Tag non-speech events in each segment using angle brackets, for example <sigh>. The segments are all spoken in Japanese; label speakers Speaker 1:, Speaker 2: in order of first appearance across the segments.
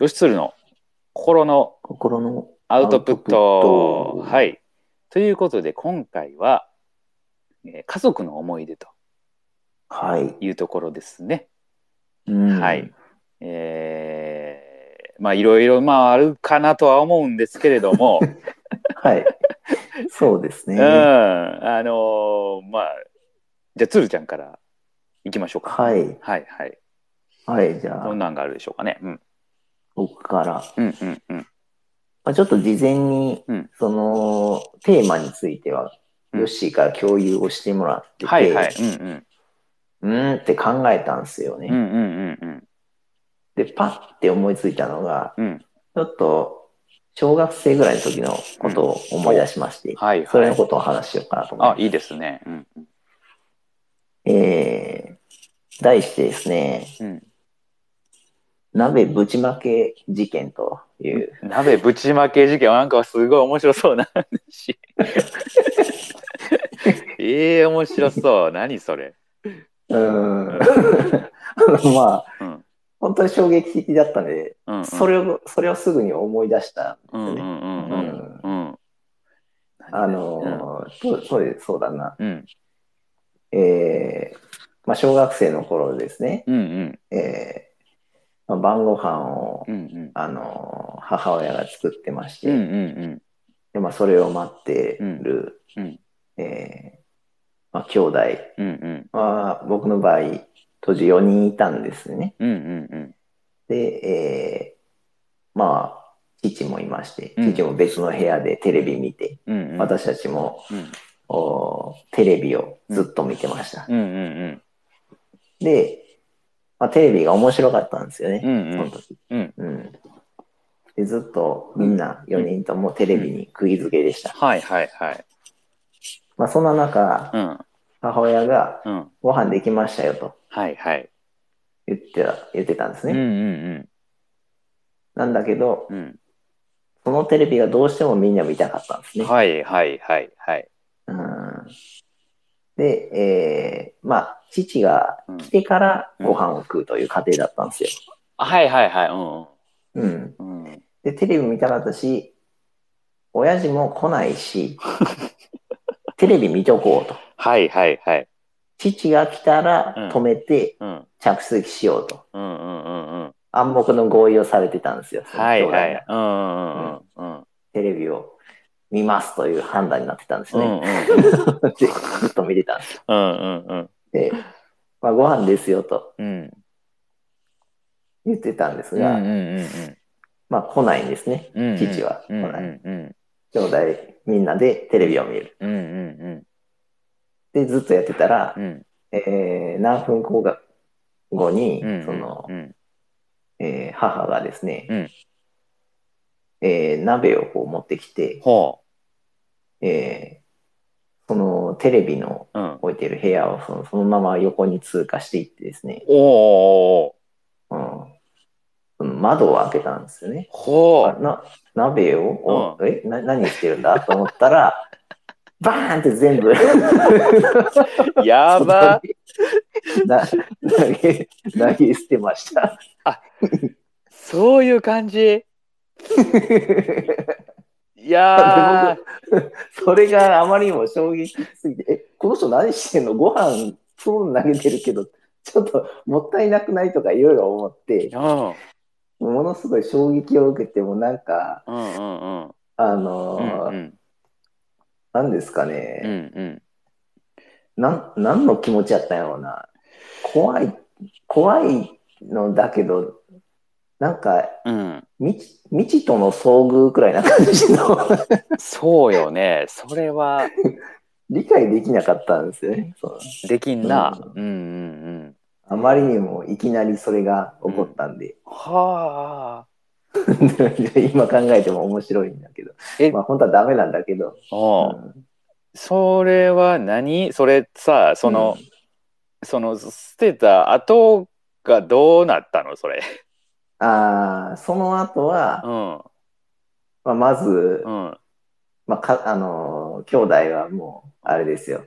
Speaker 1: ヨシツルの心の
Speaker 2: 心の。
Speaker 1: アウトプッ
Speaker 2: アウ
Speaker 1: ト
Speaker 2: トプット
Speaker 1: はい。ということで、今回は、えー家族の思い出と
Speaker 2: はい。
Speaker 1: いうところですね。
Speaker 2: うん
Speaker 1: はい。えーまあ、いろいろ、まあ、あるかなとは思うんですけれど
Speaker 2: <laughs>
Speaker 1: も、 <laughs>
Speaker 2: はい。そうです
Speaker 1: う
Speaker 2: ね。
Speaker 1: ん、あのーまあ、じゃあ、つるちゃんから行きましょうか。
Speaker 2: はい
Speaker 1: はい、はい。
Speaker 2: はい。じゃ
Speaker 1: どん
Speaker 2: あ、
Speaker 1: なんがあるでしょうかね。うん、
Speaker 2: 僕から。
Speaker 1: うん、うん、うん。
Speaker 2: まあ、ちょっと事前に、
Speaker 1: うん
Speaker 2: その、テーマについては、
Speaker 1: うん
Speaker 2: ヨッシーから共有をしてもらってて、
Speaker 1: はい、はい。うん、うん。
Speaker 2: うーんって考えたんですよね。
Speaker 1: うん、うん、うん、うん。
Speaker 2: で、パッて思いついたのが、
Speaker 1: うん、
Speaker 2: ちょっと、小学生ぐらいの時のことを思い出しまして、
Speaker 1: はい、
Speaker 2: それ
Speaker 1: は
Speaker 2: の
Speaker 1: い。
Speaker 2: ことを話しようかなと思い
Speaker 1: あ
Speaker 2: ま、す。
Speaker 1: いいですね。うん、
Speaker 2: えー、題してですね、
Speaker 1: うん。
Speaker 2: 鍋ぶちまけ事件という、
Speaker 1: 鍋ぶちまけ事件はなんかすごい面白そうな <laughs> 話。ええ面白そう。何それ。
Speaker 2: うーん、 <laughs> あのまあ、
Speaker 1: うん。
Speaker 2: 本当に衝撃的だったんで、
Speaker 1: うん、うん。
Speaker 2: それを、それをすぐに思い出した
Speaker 1: うんん
Speaker 2: です
Speaker 1: う
Speaker 2: よね。
Speaker 1: んうんうんうん。
Speaker 2: あのー、そうそうそうだな。
Speaker 1: うん
Speaker 2: えー、まあ、小学生の頃ですね、
Speaker 1: うんうん
Speaker 2: えーまあ、晩ご飯を
Speaker 1: う、ん
Speaker 2: あのー母親が作ってまし
Speaker 1: うんうんう
Speaker 2: て、
Speaker 1: ん
Speaker 2: でまあ、それを待ってる、
Speaker 1: うんうん
Speaker 2: えーまあ、兄弟
Speaker 1: うんうん
Speaker 2: は、僕の場合、当時4人いたんですね。
Speaker 1: うんうんうん
Speaker 2: で、えーまあ、父もいまして、
Speaker 1: うん
Speaker 2: 父も別の部屋でテレビ見て、
Speaker 1: うんうん
Speaker 2: 私たちも
Speaker 1: うん
Speaker 2: おテレビをずっと見てました。
Speaker 1: うんうん
Speaker 2: で、まあ、テレビが面白かったんですよね、
Speaker 1: うんうん
Speaker 2: その時。
Speaker 1: うん
Speaker 2: うんでずっとみんな4人ともテレビに釘付けでした。
Speaker 1: はいはいはい
Speaker 2: まあ、そんな中、
Speaker 1: うん
Speaker 2: 母親が
Speaker 1: うん
Speaker 2: ご飯できましたよと
Speaker 1: はいはい
Speaker 2: 言ってた言ってたんです
Speaker 1: うん
Speaker 2: ね、
Speaker 1: うん
Speaker 2: なんだけど、
Speaker 1: うん
Speaker 2: そのテレビがどうしてもみんな見たかったんです
Speaker 1: うん
Speaker 2: ね。
Speaker 1: はいはいはいはい
Speaker 2: うんで、えーまあ、父が来てからご飯を食うという過程だったんですよ。
Speaker 1: はいはいはいうん
Speaker 2: うん、
Speaker 1: うんうん
Speaker 2: で、テレビ見たかったし、親父も来な
Speaker 1: <laughs>
Speaker 2: いし、テレビ見とこうと。
Speaker 1: はいはいはい
Speaker 2: 父が来た
Speaker 1: うん
Speaker 2: ら止めて
Speaker 1: うん
Speaker 2: 着席しようと。
Speaker 1: うんうんうんうん
Speaker 2: 暗黙の合意をされてたんですよ。その
Speaker 1: は
Speaker 2: 兄
Speaker 1: い
Speaker 2: 弟が
Speaker 1: はいうんうんうん
Speaker 2: テレビを見ますという判断になってたんです
Speaker 1: うんう
Speaker 2: ね。
Speaker 1: んうん
Speaker 2: で、ずっと見てたんです。
Speaker 1: うんうん
Speaker 2: で、まあ、ご飯ですよと
Speaker 1: うん
Speaker 2: 言ってたんです
Speaker 1: うん
Speaker 2: が、
Speaker 1: うん
Speaker 2: まあ来ないんですね。
Speaker 1: うん
Speaker 2: 父は来
Speaker 1: うんう
Speaker 2: ない。
Speaker 1: んうん
Speaker 2: 兄弟みんなでテレビを見る。
Speaker 1: うんうん
Speaker 2: で、ずっとやってたら
Speaker 1: う、ん
Speaker 2: えー何分後が後に、
Speaker 1: うん
Speaker 2: その
Speaker 1: う、ん
Speaker 2: えー母がですね、
Speaker 1: うん
Speaker 2: えー鍋をこう持ってきて、
Speaker 1: ほ
Speaker 2: えーそのテレビの
Speaker 1: う。うん。
Speaker 2: 置いてる部屋をそのそのまま横に通過していってですね、
Speaker 1: おお。
Speaker 2: うん、その窓を開けたんですよね。
Speaker 1: ほ
Speaker 2: あな鍋を、おえな何してるんだと思ったら、 <laughs> バーンって全部
Speaker 1: う。や
Speaker 2: <laughs>
Speaker 1: ば。
Speaker 2: な投げ投げ捨てました。 <laughs>
Speaker 1: そういう感じ。いや
Speaker 2: それがあまりにも衝撃すぎて、え、この人何してんのご飯、プーン投げてるけど、ちょっともったいなくないとかいろいろ思って、
Speaker 1: ー。
Speaker 2: ものすごい衝撃を受けて、もうなんか、
Speaker 1: うん。うんうんうん。
Speaker 2: あ
Speaker 1: う
Speaker 2: のー
Speaker 1: んうん
Speaker 2: なんですか
Speaker 1: う
Speaker 2: ね、
Speaker 1: んうん。
Speaker 2: なん、何の気持ちやったんやろうな。怖い、怖いのだけど、なんか、
Speaker 1: うん。
Speaker 2: 未知未知との遭遇くらいな感じの <laughs>
Speaker 1: そうよね。それは
Speaker 2: 理解できなかったんですよね。そう
Speaker 1: できんな。うんうんうん。
Speaker 2: あまりにもいきなりそれが起こったんで、 <laughs>
Speaker 1: はあ。
Speaker 2: 今考えても面白いんだけど
Speaker 1: え、
Speaker 2: まあ、本当はダメなんだけど、
Speaker 1: おう
Speaker 2: うん
Speaker 1: それは何それさ、その、その捨てた後がどうなったのそれ。
Speaker 2: あーその後は
Speaker 1: う、ん。
Speaker 2: まあ、まず
Speaker 1: う、ん。
Speaker 2: まあかあのー兄弟はもうあれですよ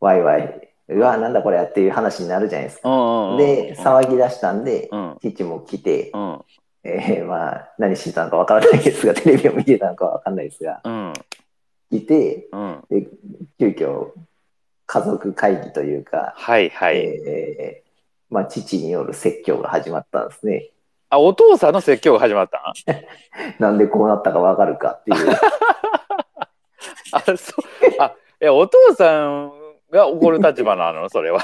Speaker 2: ワイワイうわなんだこれやっていう話になるじゃないです
Speaker 1: う
Speaker 2: か、
Speaker 1: んうん。
Speaker 2: で騒ぎ出したんで、
Speaker 1: うん。
Speaker 2: 父も来て、
Speaker 1: うん。
Speaker 2: えーまあ、何してたのかわからないですが、テレビを見てたのかわかんないですが、
Speaker 1: うん
Speaker 2: いて、
Speaker 1: うん
Speaker 2: で急遽家族会議というか、
Speaker 1: はいはい、
Speaker 2: えーまあ、父による説教が始まったんですね。
Speaker 1: あお父さんの説教が始まったん <laughs>
Speaker 2: なんでこうなったかわかるかっていう。
Speaker 1: あそうあえお父さんが怒る立場なの <laughs> それは、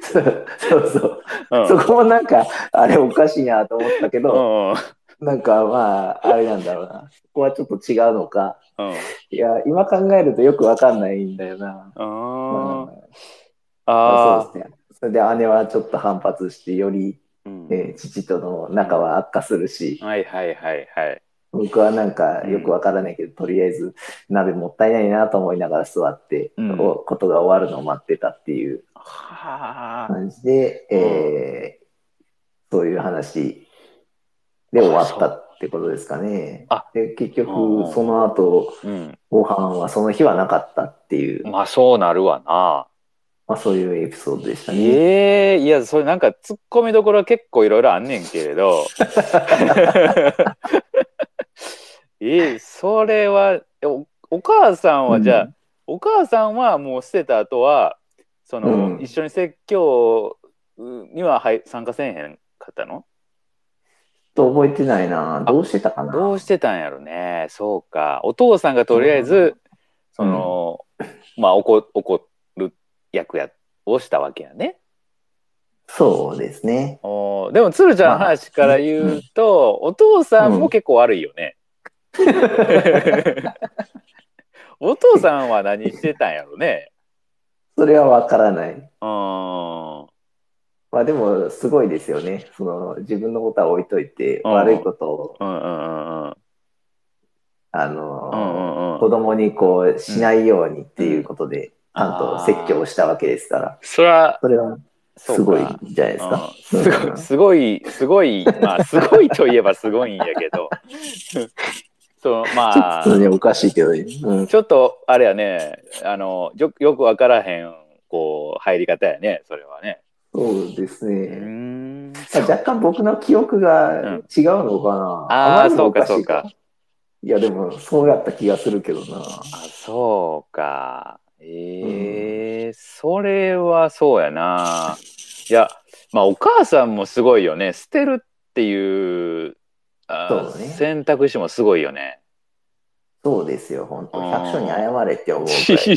Speaker 2: そうそうそう。
Speaker 1: うん、
Speaker 2: そこもなんか、あれおかしいなと思ったけど、
Speaker 1: う
Speaker 2: なんかまあ、あれなんだろうな。ここはちょっと違うのか。
Speaker 1: んうん
Speaker 2: いや、今考えるとよくわかんないんだよな。
Speaker 1: うんあ
Speaker 2: うん
Speaker 1: あ
Speaker 2: そうですね。それで姉はちょっと反発して、より、
Speaker 1: うん
Speaker 2: えー父との仲は悪化するし、
Speaker 1: はいはいはいはい
Speaker 2: 僕はなんかよくわからないけど、とりあえず鍋もったいないなと思いながら座って、
Speaker 1: うん
Speaker 2: おことが終わるのを待ってたっていう
Speaker 1: はあ
Speaker 2: 感じで、えーそういう話で終わったってことですかね
Speaker 1: あ。
Speaker 2: で結
Speaker 1: うん
Speaker 2: 局その後
Speaker 1: うん
Speaker 2: ご飯はその日はなかったっていう、
Speaker 1: まあそうなるわな
Speaker 2: まあ、そういうエピソードでしたね。
Speaker 1: ええいやそれなんかツッコミどころ結構いろいろあんねんけれ
Speaker 2: <laughs>
Speaker 1: どえそれはえおお母さんはじゃあ、
Speaker 2: うん
Speaker 1: お母さんはもう捨てた後はその、
Speaker 2: うん
Speaker 1: 一緒に説教にははい参加せえへんかったの
Speaker 2: ちょっと覚えてないな。どうしてたかな。
Speaker 1: どうしてたんやろねそうかお父さんがとりあえず、
Speaker 2: うん
Speaker 1: その、まあ怒怒る役やをしたわけやね
Speaker 2: そうですね。
Speaker 1: おーでも鶴ちゃんの話から言うと、お父さんも結構悪いよね、 <laughs> お父さんは何してたんやろね
Speaker 2: それはわからない。
Speaker 1: うーん
Speaker 2: まあでもすごいですよね。その自分のことは置いといて、
Speaker 1: うん
Speaker 2: 悪いことを、
Speaker 1: うんうんうんうん
Speaker 2: あ
Speaker 1: うん
Speaker 2: の
Speaker 1: うんう
Speaker 2: 子
Speaker 1: ん
Speaker 2: 供にこうしないようにっていうことで、ちゃんと説教をしたわけですから、
Speaker 1: それは
Speaker 2: それは
Speaker 1: そう
Speaker 2: す
Speaker 1: か
Speaker 2: ごいじゃないですか。
Speaker 1: うんすごいすごいすごいまあすごいといえばすごいんやけど <laughs> そうまあ
Speaker 2: それねおかしいけどね、うん
Speaker 1: ちょっとあれやねあのよよくわからへんこう入り方やねそれはね
Speaker 2: そうです
Speaker 1: うー
Speaker 2: ね。
Speaker 1: ん
Speaker 2: まあ若干僕の記憶が違うのかな。
Speaker 1: ああ
Speaker 2: まりに
Speaker 1: そ
Speaker 2: も
Speaker 1: うか
Speaker 2: おしい
Speaker 1: そうか。
Speaker 2: いやでもそうやった気がするけどな。
Speaker 1: あそうかえーそれはそうやないやまあお母さんもすごいよね捨てるっていうあ
Speaker 2: そうね
Speaker 1: 選択肢もすごいよね
Speaker 2: そうですよ、本当
Speaker 1: うん
Speaker 2: 百姓に謝れって思うくら
Speaker 1: <laughs>
Speaker 2: い。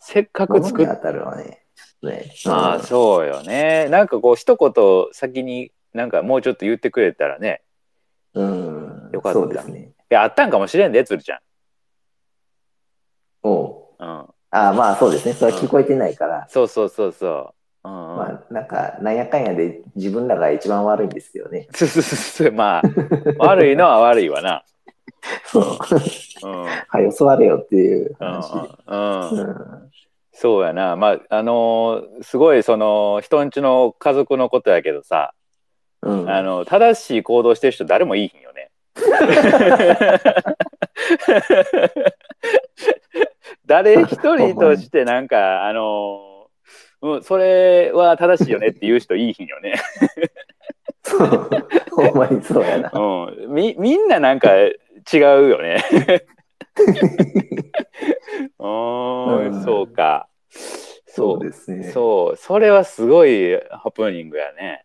Speaker 1: せっかく
Speaker 2: 物
Speaker 1: 作
Speaker 2: に
Speaker 1: っ
Speaker 2: 当たるはね、ちょっとね。
Speaker 1: ああ
Speaker 2: うん
Speaker 1: そうよねなんかこう一言先になんかもうちょっと言ってくれたらね
Speaker 2: うん
Speaker 1: よかった
Speaker 2: そうですね。
Speaker 1: いやあったんかもしれんでつるちゃ、
Speaker 2: おうん
Speaker 1: うん、
Speaker 2: ああ、まあそうですね。それは聞こえてないから、
Speaker 1: そうそうそうそううんうん、まあ、
Speaker 2: まあなんか、なんやかんやで自分らが一番悪いんですけどね。
Speaker 1: すすすすまあ悪いのは悪いわな
Speaker 2: そう。 <laughs>
Speaker 1: うんうん
Speaker 2: はい、教われよっていう話。
Speaker 1: うん
Speaker 2: う
Speaker 1: うん
Speaker 2: ん
Speaker 1: そうやなまああのーすごいその人んちの家族のことやけどさ、
Speaker 2: うん
Speaker 1: あの正しい行動してる人誰もいいひんよ
Speaker 2: <laughs>
Speaker 1: ね誰一人としてなんかあのーうん、それは正しいよねって言う人いいひんよね、 <laughs>
Speaker 2: そうほんまにそうやな。
Speaker 1: うん、みみんななんか違うよ
Speaker 2: <laughs>
Speaker 1: ねうー
Speaker 2: うん
Speaker 1: んそうか
Speaker 2: そうですね。
Speaker 1: そう、それはすごいハプニングやね。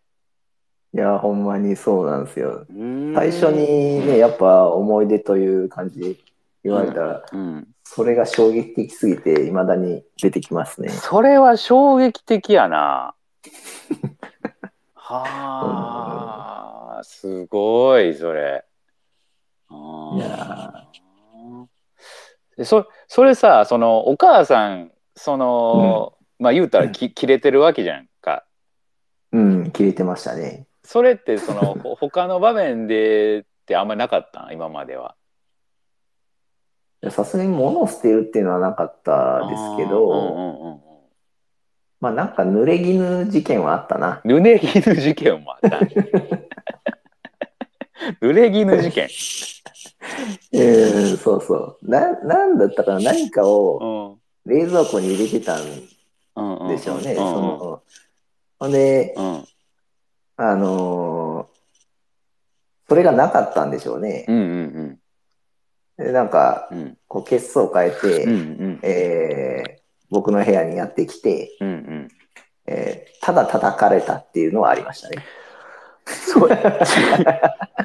Speaker 2: いや、ほんまにそうなんですよ。最
Speaker 1: 最
Speaker 2: 初、にね、やっぱ思い出という感じで言われたら、
Speaker 1: うん、
Speaker 2: それが衝撃的すぎて、いまだに出てきますね。
Speaker 1: それは衝撃的や
Speaker 2: <laughs>
Speaker 1: な。はあ、すごい、それ。あ
Speaker 2: いや
Speaker 1: あ。でそそれさそのお母さんその、まあ言うたらき切れてるわけじゃんか
Speaker 2: うん、切れてましたね。
Speaker 1: それってその <laughs> ほ他の場面でってあんまりなかったん今までは。
Speaker 2: いやさすがに物を捨てるっていうのはなかったですけど、
Speaker 1: うんうんうんうん
Speaker 2: まあなんか濡れ衣事件はあったな。
Speaker 1: 濡れ衣事件もあ
Speaker 2: <laughs>
Speaker 1: った。濡れ衣事件。
Speaker 2: えー、そうそう。な、なんだったかな何か
Speaker 1: う
Speaker 2: を
Speaker 1: ん。
Speaker 2: 冷蔵庫に入れてたん
Speaker 1: うんうん。
Speaker 2: でしょうね。
Speaker 1: ん
Speaker 2: そのほんで、
Speaker 1: うん。
Speaker 2: あのそれがなかったんでしょうね。
Speaker 1: うんうん
Speaker 2: でなんか、
Speaker 1: うんうん
Speaker 2: こう、血相変えて、
Speaker 1: うん
Speaker 2: えー僕の部屋にやってきて、
Speaker 1: うんうん
Speaker 2: えーただ叩かれたっていうのはありましたね。
Speaker 1: そうや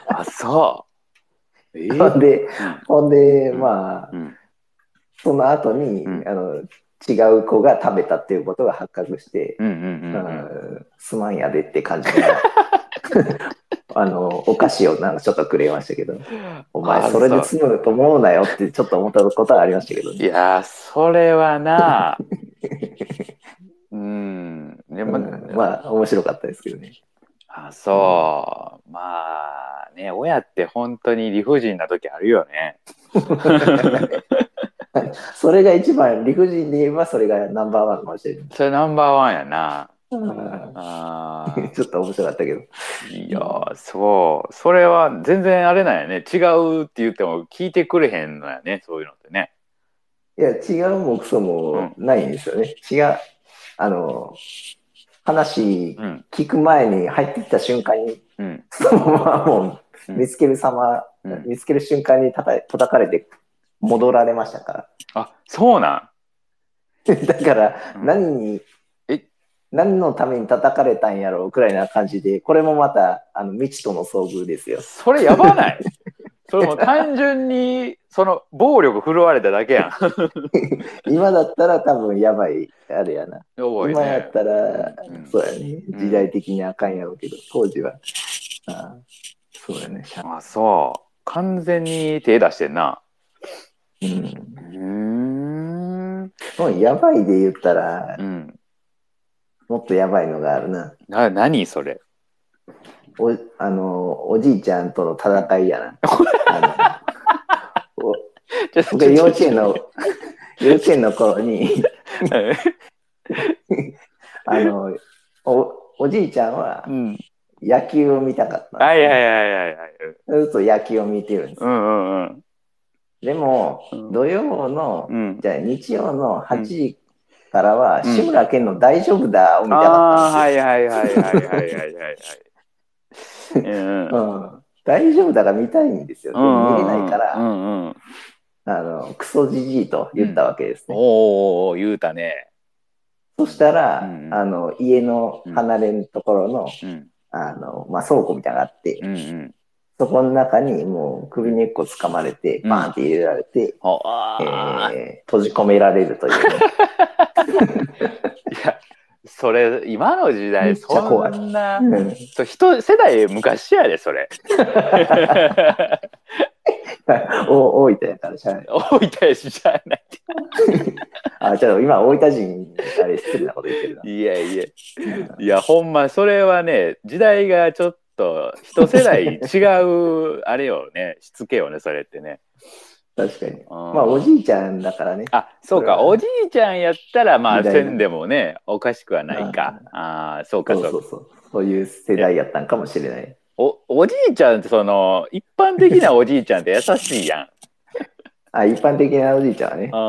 Speaker 1: あそうええ
Speaker 2: <laughs> ほんで、ほんで、ま
Speaker 1: う
Speaker 2: あ、
Speaker 1: ん
Speaker 2: その後に、
Speaker 1: うん
Speaker 2: あの違う子が食べたっていうことが発覚して、
Speaker 1: うんうんうんうん
Speaker 2: うんすまんやでって感じで <laughs> あのお菓子をなんかちょっとくれましたけどお前
Speaker 1: あ
Speaker 2: それで
Speaker 1: そ
Speaker 2: 済むと思うなよってちょっと思ったことはありましたけど
Speaker 1: い
Speaker 2: ね。
Speaker 1: やーそれはなうんで
Speaker 2: う
Speaker 1: も、
Speaker 2: んまあ面白かったですけどね。
Speaker 1: あそう、まあね親って本当に理不尽な時あるよね
Speaker 2: それが一番理不尽で言えばそれがナンバーワンかもしれない。
Speaker 1: それナンバーワンやな
Speaker 2: うん
Speaker 1: あ
Speaker 2: <laughs> ちょっと面白かったけど。
Speaker 1: ー
Speaker 2: <laughs>
Speaker 1: いやーそうそれは全然あれなんやね違うって言っても聞いてくれへんのやねそういうのってね
Speaker 2: いや、違うもクソもないんですよね。違う、あの、話
Speaker 1: うん
Speaker 2: 聞く前に入ってきた瞬間に、
Speaker 1: うん
Speaker 2: そのままもう
Speaker 1: うん
Speaker 2: 見つける様、
Speaker 1: うん
Speaker 2: 見つける瞬間にたた叩かれて戻られましたか
Speaker 1: あそうなん
Speaker 2: ら。 <laughs> だから、
Speaker 1: うん
Speaker 2: 何に、
Speaker 1: え
Speaker 2: 何のために叩かれたんやろうくらいな感じで、これもまた、あの、未知との遭遇ですよ。
Speaker 1: それやばないそれもう単純にその暴力振るわれただけやん
Speaker 2: 今だったら多分やばい、あれやな。
Speaker 1: やばい
Speaker 2: 今や
Speaker 1: ね
Speaker 2: ったら、
Speaker 1: うん
Speaker 2: そうやね
Speaker 1: ん
Speaker 2: 時代的にあかんやろうけど、当時はあーそうやね、しゃ
Speaker 1: あそう完全に手出してんな
Speaker 2: うん、
Speaker 1: うーん
Speaker 2: もうやばいで言ったら、
Speaker 1: うん
Speaker 2: もっとやばいのがあるな
Speaker 1: な何それ
Speaker 2: おあのおじいちゃんとの戦いやなあ
Speaker 1: <laughs>
Speaker 2: のお
Speaker 1: ちょちょ
Speaker 2: 僕
Speaker 1: ちょ
Speaker 2: 幼稚園の幼稚園の頃
Speaker 1: <laughs>
Speaker 2: にあのおおじいちゃんは
Speaker 1: うん
Speaker 2: 野球を見たかったんです
Speaker 1: はいはいはいはいはい
Speaker 2: ずっと野球を見てるんです
Speaker 1: うんうんうん
Speaker 2: でも
Speaker 1: うん
Speaker 2: 土曜の、
Speaker 1: うん
Speaker 2: じゃあ日曜の8時からは、
Speaker 1: うん
Speaker 2: 志村けんの「大丈夫だ」を見た
Speaker 1: ああー
Speaker 2: かったん
Speaker 1: は
Speaker 2: です
Speaker 1: いはいはいはいはいはいはいはい
Speaker 2: よ。うん大丈夫だが見たいんですよ。でも見れないから、
Speaker 1: うんうんうん
Speaker 2: あのクソじじいと言ったわけですね。
Speaker 1: おーおーおー言うたね
Speaker 2: そしたら、
Speaker 1: うん
Speaker 2: あの家の離れのところの,、
Speaker 1: うん
Speaker 2: あのまあ、倉庫みたいなのがあって、
Speaker 1: うんうん
Speaker 2: そこの中にもう首根っこつかまれて、
Speaker 1: うん
Speaker 2: バーンって入れられて、
Speaker 1: ああ、
Speaker 2: えー閉じ込められるという、ね。
Speaker 1: <laughs> いやそれ今の時
Speaker 2: め
Speaker 1: 代
Speaker 2: っちゃ怖
Speaker 1: そ
Speaker 2: い
Speaker 1: んな
Speaker 2: うん <laughs>
Speaker 1: そう一世代昔やでそれ
Speaker 2: お大分やからしゃあない
Speaker 1: 大分やしじゃない
Speaker 2: あ、ちょっと今、大分人、あれ、失礼なこと言ってるな。
Speaker 1: いやいやいやほんまそれはね時代がちょっと一世代違うあれよねしつけよねそれってね。
Speaker 2: 確かに。
Speaker 1: うん
Speaker 2: まあ、おじいちゃんだからね。
Speaker 1: あそうかおじいちゃんやったらまあ
Speaker 2: 時代
Speaker 1: せ
Speaker 2: の
Speaker 1: んでもねおかしくはないかああーそうか
Speaker 2: そう
Speaker 1: そうか
Speaker 2: そうそう。そういう世代やったんかもしれない。
Speaker 1: おおじいちゃんってその一般的なおじいちゃんって優しいやん
Speaker 2: あ、一般的なおじいちゃんはね
Speaker 1: う。んうん
Speaker 2: う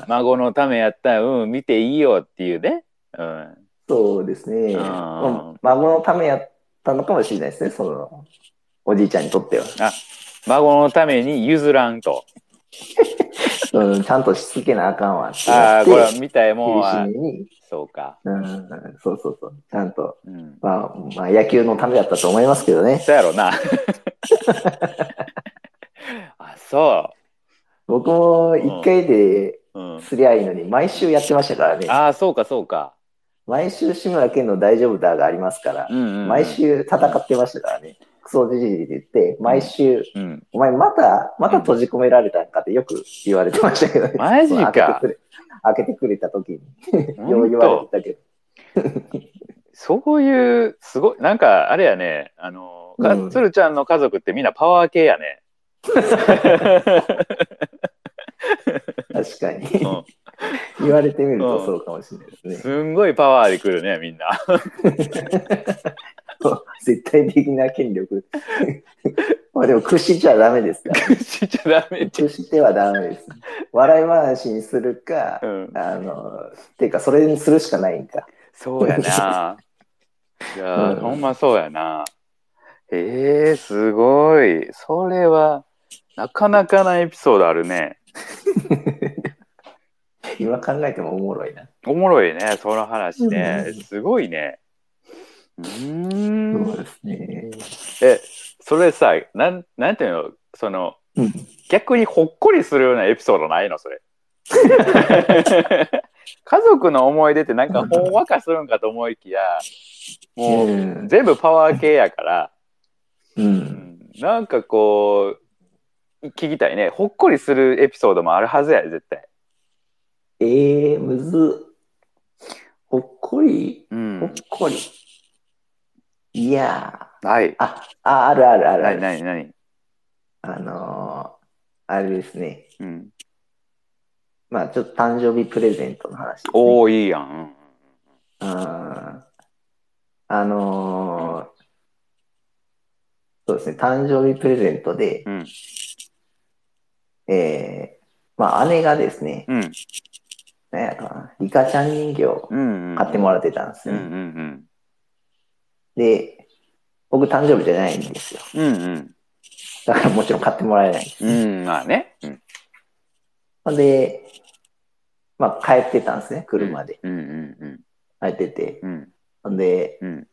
Speaker 1: うん孫のためやったらうん見ていいよっていうねうん
Speaker 2: そうですね。
Speaker 1: うん
Speaker 2: まあ孫のためやったのかもしれないですね、その、おじいちゃんにとっては。
Speaker 1: 孫のために譲らんと
Speaker 2: うん、ちゃんとしつけなあかんわって
Speaker 1: ああこれ
Speaker 2: 言
Speaker 1: は
Speaker 2: って、
Speaker 1: 見たいもんは
Speaker 2: 厳しめに、
Speaker 1: そうか
Speaker 2: うん、そうそうそう。ちゃんと、
Speaker 1: うん
Speaker 2: まあ、まあ、野球のためだったと思いますけどね。
Speaker 1: そうやろな。 <laughs> あそ
Speaker 2: 僕も一回で
Speaker 1: う。うん、
Speaker 2: すりゃいいのに、毎週やってましたからね。
Speaker 1: ああそうかそうか。
Speaker 2: 毎週志村けんの「大丈夫だ」がありますから
Speaker 1: う、んうんうん、
Speaker 2: 毎。週戦ってましたからね、クソじじいって言って毎週、
Speaker 1: うん、
Speaker 2: お前またまた閉じ込められたんかってよく言われてましたけどね
Speaker 1: マジか
Speaker 2: その開けてくれ開けてくれた時によ
Speaker 1: ほ
Speaker 2: うん言われて
Speaker 1: と
Speaker 2: たけ
Speaker 1: そういうすごいなんかあれやねあの
Speaker 2: う
Speaker 1: か
Speaker 2: ん
Speaker 1: つるちゃんの家族ってみんなパワー系や
Speaker 2: <laughs>
Speaker 1: ね。
Speaker 2: ど確かに
Speaker 1: う
Speaker 2: 言われてみるとそうかもしれないです
Speaker 1: ん、
Speaker 2: ね、
Speaker 1: すんごいパワーでくるねみんな。 <laughs>
Speaker 2: 絶対的な権力 <laughs> まあでも屈しちゃダメですから
Speaker 1: <laughs> しちゃダメじ
Speaker 2: 屈してはダメです笑い話にするか
Speaker 1: ゃん。うん、
Speaker 2: あのっていうかそれにするしかないんか
Speaker 1: そうやな。いやー、
Speaker 2: うん
Speaker 1: ほんまそうやな。えー、すごい。それは、なかなかなエピソードあるね。
Speaker 2: 今考えてもおもろいな。
Speaker 1: おもろいね、その話ね
Speaker 2: うん。
Speaker 1: すごいね。うーん。
Speaker 2: ですね。
Speaker 1: え、それさ、なん、なんていうの、その、
Speaker 2: うん
Speaker 1: 逆にほっこりするようなエピソードないの、
Speaker 2: <laughs>
Speaker 1: それ。家族の思い出ってなんかほんわかするんかと思いきや、もう
Speaker 2: うん
Speaker 1: 全部パワー系やから、
Speaker 2: う。
Speaker 1: うんんなんかこう、聞きたいね。ほっこりするエピソードもあるはずや、絶対。
Speaker 2: ええー、むずっ。ほっこり
Speaker 1: う
Speaker 2: ほっ
Speaker 1: ん。
Speaker 2: こり。いや
Speaker 1: はい。
Speaker 2: ー。あ、あ、あるあるある
Speaker 1: な
Speaker 2: ある。
Speaker 1: になになに
Speaker 2: あのー、あれですね。
Speaker 1: うん。
Speaker 2: まあ、ちょっと誕生日プレゼントの話です、ね。
Speaker 1: おおいいやん。
Speaker 2: あーあのーそうですね、誕生日プレゼントで
Speaker 1: う、ん。
Speaker 2: えーまあ、姉がですね、
Speaker 1: うん。
Speaker 2: なんやろなリカちゃん人形を
Speaker 1: うん。うん。
Speaker 2: 買ってもらってたんです
Speaker 1: うん
Speaker 2: ね。
Speaker 1: うん
Speaker 2: で、僕誕生日じゃないんですよ。
Speaker 1: うん。うんうん。
Speaker 2: だからもちろん買ってもらえない。
Speaker 1: うん。まあね。うん。
Speaker 2: ほんで、まあ、帰ってたんですね、車で。
Speaker 1: うんうん
Speaker 2: 帰ってて。
Speaker 1: うん。うん。
Speaker 2: ほんで、
Speaker 1: うん。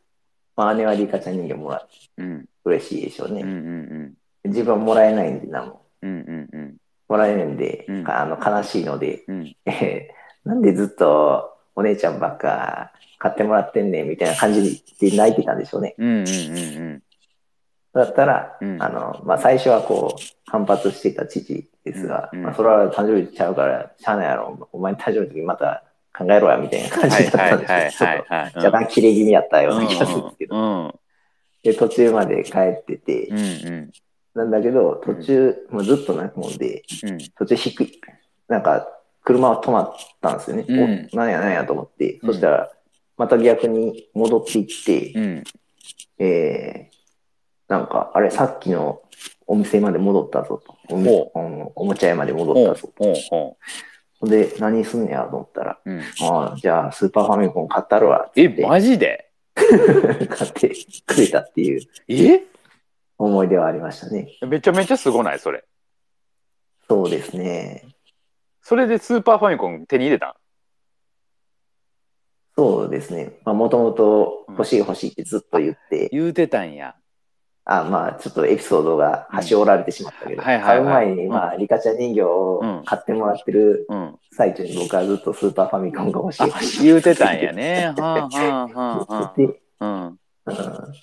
Speaker 2: まあ、姉はリカちゃん人形もらって
Speaker 1: うん。
Speaker 2: 嬉しいでしょう
Speaker 1: うん。う
Speaker 2: ね。
Speaker 1: ん。
Speaker 2: 自分はもらえないんで、なんも。
Speaker 1: うん。うん。うん。
Speaker 2: もらえないんで、
Speaker 1: うん
Speaker 2: あの悲しいので、 <laughs>
Speaker 1: うん。
Speaker 2: えーなんでずっとお姉ちゃんばっか買ってもらってんねんみたいな感じで泣いてたんでしょうね。
Speaker 1: うん。うん。
Speaker 2: だったら、
Speaker 1: うん
Speaker 2: あの、まあ、最初はこう、反発していた父ですが、
Speaker 1: うんうん
Speaker 2: まあ、それは誕生日ちゃうから、しゃあないやろ、お前の誕生日の時また考えろや、みたいな感
Speaker 1: はい
Speaker 2: じだっ
Speaker 1: は
Speaker 2: た
Speaker 1: い
Speaker 2: んです
Speaker 1: はい
Speaker 2: けど、
Speaker 1: はい
Speaker 2: ちょ
Speaker 1: は
Speaker 2: っ
Speaker 1: い。
Speaker 2: と若干切れ気味やったような気がするんですけど、
Speaker 1: うん。
Speaker 2: で、途中まで帰ってて、
Speaker 1: うんうん。
Speaker 2: なんだけど、途中、もうずっと泣くもんで、
Speaker 1: うん。
Speaker 2: 途中低い、なんか、車は止まったんですよね。
Speaker 1: うん
Speaker 2: おなんやなんやと思って、
Speaker 1: うん
Speaker 2: そしたら、また逆に戻っていって、
Speaker 1: うん。
Speaker 2: えー、なんか、あれ、さっきのお店まで戻ったぞと。お店
Speaker 1: ほ
Speaker 2: あのおもちゃ屋まで戻っ
Speaker 1: ほう
Speaker 2: たぞ。
Speaker 1: ほうほ
Speaker 2: ほんで、何すんねやと思ったら、
Speaker 1: う。うん。
Speaker 2: ああ、じゃあ、スーパーファミコン買ったるわ、 <laughs> つ
Speaker 1: え、
Speaker 2: って、
Speaker 1: マジで
Speaker 2: 買ってくれたっていう
Speaker 1: え
Speaker 2: 思い出はありましたね。
Speaker 1: めちゃめちゃすごないそれ。
Speaker 2: そうですね。
Speaker 1: それでスーパーファミコン手に入れたん
Speaker 2: そうですね。まあ、もともと欲しい欲しいってずっと言って、
Speaker 1: 言うてたんや。
Speaker 2: あまあ、ちょっとエピソードが端折られてしまったけど、
Speaker 1: うんはいはいはい
Speaker 2: 買う前に、まあ、リカちゃん人形を買ってもらってる
Speaker 1: うん。
Speaker 2: 最中に僕はずっとスーパーファミコンが欲しい
Speaker 1: あ
Speaker 2: 欲しい。
Speaker 1: 言うてたんやね。はあはあはあは
Speaker 2: 言って
Speaker 1: あ。うん。
Speaker 2: うん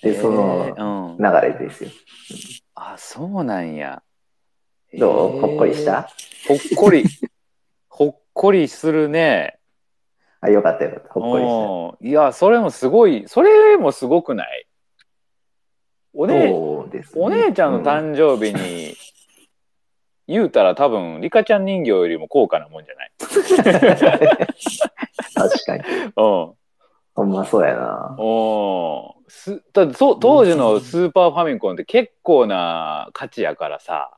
Speaker 2: で、その
Speaker 1: えーうん、
Speaker 2: 流れですよ。
Speaker 1: あそうなんや。
Speaker 2: どう
Speaker 1: えー
Speaker 2: ほっこりした
Speaker 1: ほっこり。ほっこりするね。
Speaker 2: あ、よかったよかった。ほっこり
Speaker 1: う
Speaker 2: し
Speaker 1: んいや、それもすごい、それもすごくないお
Speaker 2: た。
Speaker 1: ね
Speaker 2: そうですね
Speaker 1: お姉ちゃんの誕生日に、言うたら多分、リカちゃん人形よりも高価なもんじゃない。
Speaker 2: うん確かに。
Speaker 1: うん。
Speaker 2: ほんまそうやな。
Speaker 1: おーすだってそ当時のスーパーファミコンって結構な価値やからさ、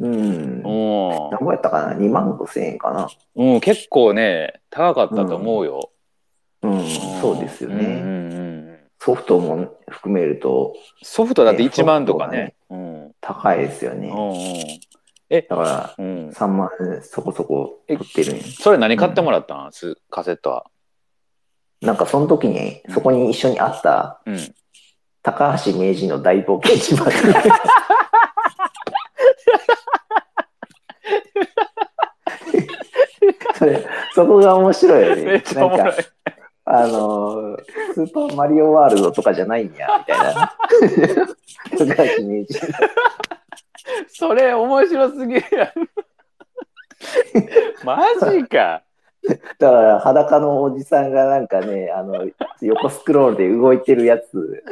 Speaker 2: うん。何
Speaker 1: おー
Speaker 2: ぼやったかな ?2 万5千円かな。
Speaker 1: うん、結構ね高かったと思うよ、
Speaker 2: うん
Speaker 1: ん、
Speaker 2: そうですよ
Speaker 1: うん
Speaker 2: ね。
Speaker 1: うんうん
Speaker 2: ソフトも含めると
Speaker 1: ソフトだって
Speaker 2: ね
Speaker 1: 1万とかねうん
Speaker 2: 高いですよね。
Speaker 1: う
Speaker 2: だから、
Speaker 1: んうんうん
Speaker 2: 3万そこそこ取ってるんや。
Speaker 1: それ何買ってもらったん、すカセットは
Speaker 2: なんかその時に、そこに一緒にあった、
Speaker 1: うん
Speaker 2: 高橋名人の大冒険
Speaker 1: <laughs>
Speaker 2: 島それそこが面白いよね。
Speaker 1: めっちゃおもろ
Speaker 2: な
Speaker 1: い
Speaker 2: んか、あのースーパーマリオワールドとかじゃないんや、みた
Speaker 1: <laughs>
Speaker 2: いな。高橋名人。
Speaker 1: それ面白すぎる <laughs> やんマジか
Speaker 2: だから裸のおじさんがなんかね、あの、横スクロールで動いてるやつ、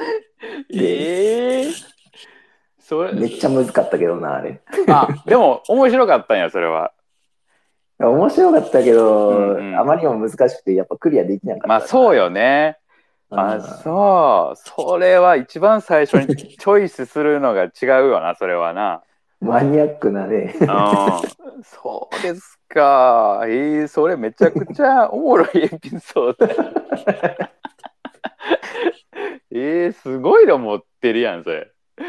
Speaker 1: ええそれ
Speaker 2: めっちゃ難かったけどな、あれ。
Speaker 1: あでも面白かったんやそれは
Speaker 2: 面白かったけど、
Speaker 1: うんうん
Speaker 2: あまりにも難しくて、やっぱクリアできなかった。
Speaker 1: まあそうよねあそうそれは一番最初にチョイスするのが違うよなそれはな
Speaker 2: うんマニアックなね。 <laughs>
Speaker 1: うんそうですかえー、それめちゃくちゃおもろいエピソード <laughs> えー、すごいの持ってるやん、それ。
Speaker 2: うん。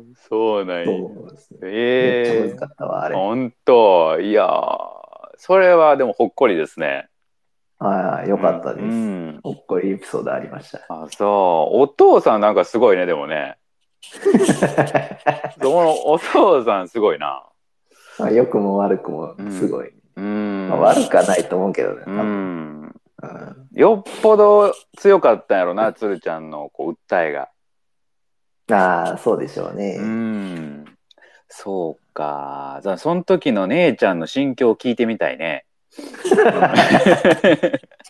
Speaker 1: うん、そうなんや。
Speaker 2: そうですね。めっ
Speaker 1: え
Speaker 2: ちゃ難しかったわ、あ
Speaker 1: えー、
Speaker 2: れ。
Speaker 1: ほんと、いやー、それはでもほっこりですね。
Speaker 2: はい、よかったで
Speaker 1: う
Speaker 2: す。
Speaker 1: ん
Speaker 2: ほっこりエピソードありました。 <laughs>
Speaker 1: あ、そう。お父さんなんかすごいね、でもね。そのお父さんすごいな。
Speaker 2: まあ、良くも悪くもすごい。
Speaker 1: うん。
Speaker 2: まあ、悪くはないと思うけどね。
Speaker 1: う
Speaker 2: 多分
Speaker 1: ん。
Speaker 2: うん
Speaker 1: よっぽど強かったんやろな、鶴ちゃんのこう訴えが。
Speaker 2: ああ、そうでしょうね。
Speaker 1: うん。そうか。じゃあその時の姉ちゃんの心境を聞いてみたい <laughs> ね。
Speaker 2: <laughs>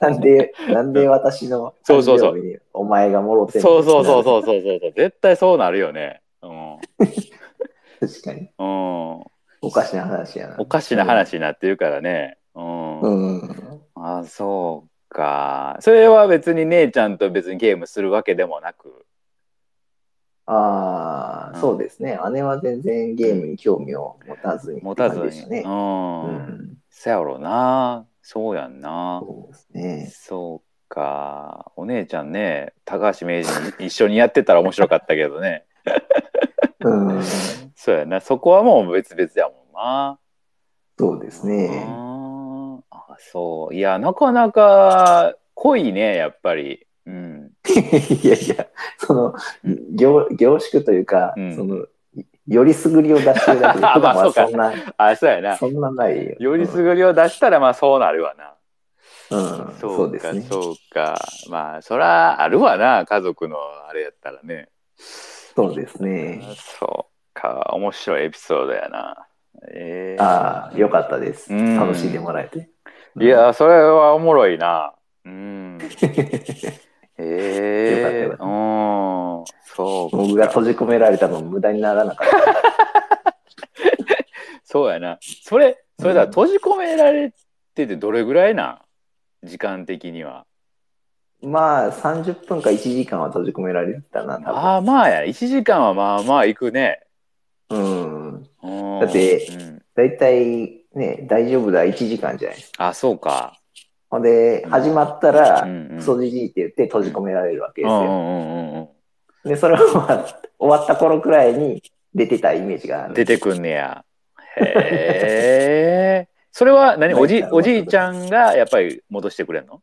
Speaker 2: なんで、なんで私の
Speaker 1: そうそうそう
Speaker 2: 誕生日にお前がもろてんの
Speaker 1: そうそうそうそうそうそうそう。絶対そうなるよね。うん。
Speaker 2: <laughs> 確かに。
Speaker 1: うん。
Speaker 2: おかしな話やな。
Speaker 1: おかしな話になってるからね。うん。
Speaker 2: うん。
Speaker 1: あ、そうか。それは別に姉ちゃんと別にゲームするわけでもなく。
Speaker 2: ああ、そうですね。姉は全然ゲームに興味を持たずに。
Speaker 1: 持たず
Speaker 2: でし
Speaker 1: に。
Speaker 2: たね
Speaker 1: う。。
Speaker 2: うんん。
Speaker 1: そやろな。そうやんな。
Speaker 2: そうですね。
Speaker 1: そうか。お姉ちゃんね、高橋名人一緒にやってたら面白かったけどね。 <laughs>
Speaker 2: うん。
Speaker 1: そうやな。そこはもう別々やもんな。
Speaker 2: そうですね。
Speaker 1: あーあ、そう。いや、なかなか濃いね、やっぱり。うん。
Speaker 2: いやいや、その、凝凝縮というか、
Speaker 1: うん
Speaker 2: その、よりすぐりを出してるだけで、
Speaker 1: まあ
Speaker 2: 普段は
Speaker 1: そうか
Speaker 2: そんな、
Speaker 1: あ、そうやな。
Speaker 2: そんなないよ。
Speaker 1: よりすぐりを出したら、まあそうなるわな。
Speaker 2: うん、うん
Speaker 1: そうか
Speaker 2: そうですね。
Speaker 1: そうか。まあ、そらあるわな、家族のあれやったらね。
Speaker 2: そうですね。
Speaker 1: そうか、面白いエピソードやな。えー、
Speaker 2: ああ、よかったです。
Speaker 1: うん
Speaker 2: 楽しんでもらえて。
Speaker 1: いや、それはおもろいな。
Speaker 2: <laughs>
Speaker 1: うん。
Speaker 2: よ
Speaker 1: え
Speaker 2: か
Speaker 1: え
Speaker 2: ったよか
Speaker 1: ー、うん、そうか。
Speaker 2: 僕が閉じ込められたの無駄にならなかった。
Speaker 1: そうやな。それ、それだ、閉じ込められててどれぐらいなん時間的には。
Speaker 2: まあ、30分か1時間は閉じ込められてたな、多
Speaker 1: まあまあや、1時間はまあまあ行くね。
Speaker 2: 分。うん。
Speaker 1: うん
Speaker 2: だって
Speaker 1: うん、
Speaker 2: だいたいね、大丈夫だ、1時間じゃないですか。
Speaker 1: あ、そうか。
Speaker 2: ほんで、始まったら、
Speaker 1: うんうん
Speaker 2: クソじじいって言って閉じ込められるわけ
Speaker 1: う
Speaker 2: で
Speaker 1: ん
Speaker 2: す
Speaker 1: うん
Speaker 2: よ。
Speaker 1: うんうん。
Speaker 2: で、それはまあ終わった頃くらいに出てたイメージがある。
Speaker 1: 出てくんねや。へえ。それは <laughs> 何おじおじいちゃんがやっぱり戻してくれんの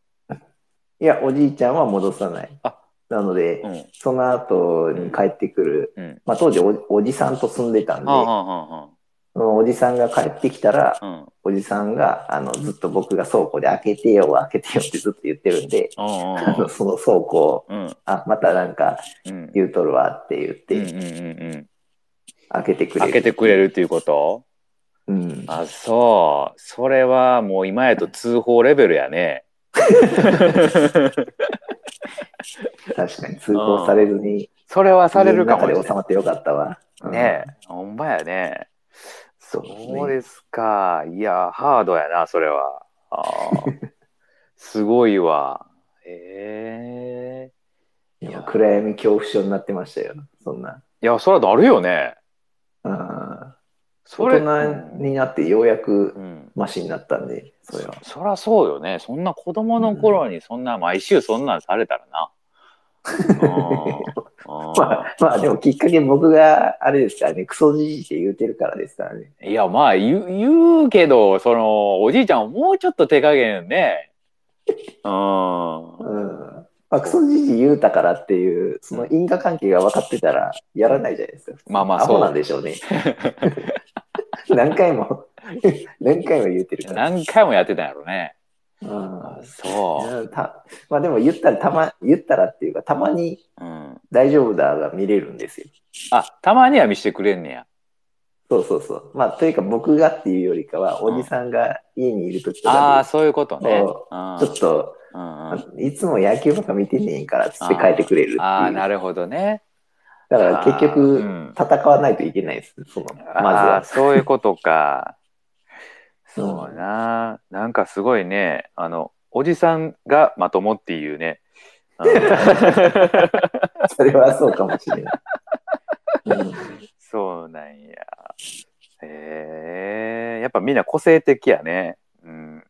Speaker 2: いや、おじいちゃんは戻さない。
Speaker 1: あ
Speaker 2: なので、
Speaker 1: うん。
Speaker 2: その後に帰ってくる、
Speaker 1: うん。
Speaker 2: まあ当時おおじさんと住んでたんで、
Speaker 1: はあはあは
Speaker 2: そのおじさんが帰ってきたら
Speaker 1: あ、は
Speaker 2: おじさんがあのずっと僕が倉庫で開けてよ、開けてよってずっと言ってるんで、
Speaker 1: あ。
Speaker 2: あのその倉庫を、
Speaker 1: うん。うん。
Speaker 2: あ、またなんか
Speaker 1: うん。うん。
Speaker 2: 言うとるわって言っ
Speaker 1: うん。
Speaker 2: て、
Speaker 1: うん。うん。
Speaker 2: 開けてくれる。
Speaker 1: 開けてくれるっていうこと
Speaker 2: うん。
Speaker 1: あ、そう。それはもう今やと通報レベルやね。
Speaker 2: 確かに通報されずに、
Speaker 1: <laughs> それはされるかもし
Speaker 2: 家
Speaker 1: れな
Speaker 2: の中で
Speaker 1: い
Speaker 2: 収。まってよかったわ。うん
Speaker 1: ねえ。ほんまやね。
Speaker 2: そうですね
Speaker 1: そうですか。いや、ハードやな、それは。あ
Speaker 2: <laughs>
Speaker 1: ーすごいわ。ええ
Speaker 2: いや暗闇恐怖症になってましたよ、そんな。
Speaker 1: いや、それはなるよね。
Speaker 2: うん
Speaker 1: それ
Speaker 2: 大人になってようやく
Speaker 1: うん。
Speaker 2: マシになったんで、それは。
Speaker 1: そりゃそうよね。そんな子供の頃にそんな、毎週そんなんされたら
Speaker 2: <laughs>
Speaker 1: な。うん
Speaker 2: まあ、まあでもきっかけ僕があれですからね、クソじじいって言うてるからですからね。
Speaker 1: うんいや、まあ言う、言うけど、その、おじいちゃんはもうちょっと手加減ね。うん。
Speaker 2: うん。まあ、クソじじい言うたからっていう、その因果関係が分かってたらやらないじゃないですか。
Speaker 1: まあまあ
Speaker 2: アホ
Speaker 1: そう
Speaker 2: なんでし
Speaker 1: <laughs>
Speaker 2: ょうね。何回も、何回も言うてるから。
Speaker 1: 何回もやってたんやろね。
Speaker 2: うん
Speaker 1: そ
Speaker 2: うんたまあでも言ったらたま、言ったらっていうか、たまに
Speaker 1: う。うん。
Speaker 2: 大丈夫だが見れるんですよ。
Speaker 1: あ、たまには見せてくれんねや。
Speaker 2: そうそうそう。まあ、というか僕がっていうよりかは、おじさんが家にいるときと
Speaker 1: ああ、
Speaker 2: か
Speaker 1: そういうことね。
Speaker 2: そう
Speaker 1: うん
Speaker 2: で、ちょっと、
Speaker 1: うんうん
Speaker 2: いつも野球とか見てねえからっつって帰ってくれるっていう。
Speaker 1: ああ、な
Speaker 2: だ
Speaker 1: るほどね。
Speaker 2: から結
Speaker 1: あーう
Speaker 2: 局
Speaker 1: ん、
Speaker 2: 戦わないといけないです。その
Speaker 1: ああー、
Speaker 2: ま
Speaker 1: そういうこと
Speaker 2: <laughs>
Speaker 1: か。
Speaker 2: うん
Speaker 1: そうな。なんかすごいね。あの、おじさんがまともっていうね。あ
Speaker 2: <laughs>
Speaker 1: の
Speaker 2: ずは。それはそうかもしれない。うん
Speaker 1: そうなんや。へえやっぱみんな個性的やね。うん。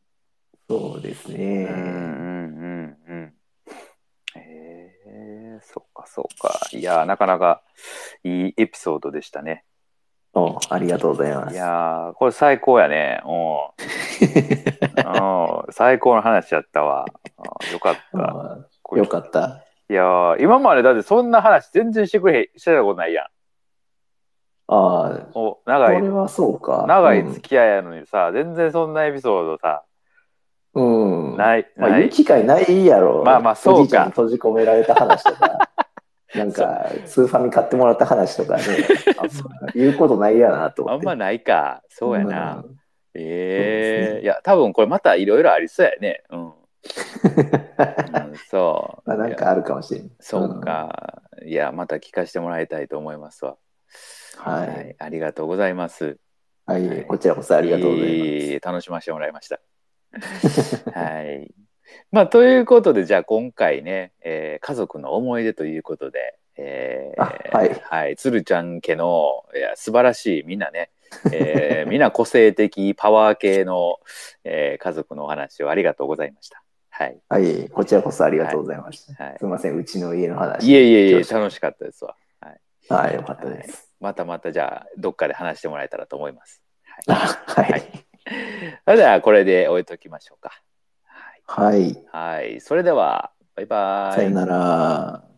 Speaker 2: そうです
Speaker 1: うんう
Speaker 2: ね。
Speaker 1: んうんうん。へえやー、なかなかいいエピソードでしたね。
Speaker 2: おありがとうございま
Speaker 1: い
Speaker 2: す。
Speaker 1: やー、これ最高やね。お最高の話やったわ。うんよかった。
Speaker 2: あ
Speaker 1: これ
Speaker 2: よかった。
Speaker 1: いやー、今までだってそんな話全然してくれへん、してたことないやん。
Speaker 2: ああ、
Speaker 1: お
Speaker 2: こ
Speaker 1: 長い
Speaker 2: れ、はそうか。
Speaker 1: 長い付き合いやのにさ、全然そんなエピソードさ、
Speaker 2: うん。うん、
Speaker 1: ない、
Speaker 2: まあ、
Speaker 1: な
Speaker 2: 言う
Speaker 1: い。
Speaker 2: 機会ないやろ。
Speaker 1: まあまあそうか
Speaker 2: おじいちゃんに閉じ込められた話と
Speaker 1: <laughs>
Speaker 2: か。なんか、スーファミ買ってもらった話とかね、あんま言うことないやなと思
Speaker 1: あ
Speaker 2: っ
Speaker 1: ん
Speaker 2: て。
Speaker 1: まないか。そうやな。
Speaker 2: ん。
Speaker 1: ええ
Speaker 2: そうですね
Speaker 1: いや、多分これまたいろいろありそうやね。 <laughs> うん。うんそう。
Speaker 2: まあ、なん
Speaker 1: いや
Speaker 2: かあるかもしれん。
Speaker 1: そうか。いや、また聞かせてもらいたいと思いますわ。
Speaker 2: はい
Speaker 1: ありがとうございます。
Speaker 2: はい、こちらこそあ
Speaker 1: あ
Speaker 2: りがとうございます。
Speaker 1: 楽しませてもらいました。はい。まあ、ということで、じゃあ今回ね、えー家族の思い出ということで、えー
Speaker 2: あはい
Speaker 1: 鶴ちゃん家の、いや、素晴らしい、みんなね、え
Speaker 2: <laughs>
Speaker 1: ーみんな個性的、パワー系の、えー家族のお話をありがとうございました。はい。
Speaker 2: はい、こちらこそありがとうございました。
Speaker 1: はい
Speaker 2: すみません、うちの家の話。
Speaker 1: いえいえいえ、
Speaker 2: 恐
Speaker 1: 楽しかったですわ。
Speaker 2: はい、よかったです。
Speaker 1: またまた、じゃあ、どっかで話してもらえたらと思います。
Speaker 2: あ
Speaker 1: はい。
Speaker 2: はい。
Speaker 1: それでは、これで終えときましょうか。
Speaker 2: <laughs>
Speaker 1: は
Speaker 2: はい、
Speaker 1: い。はい。それでは、バイバイ。
Speaker 2: さよなら。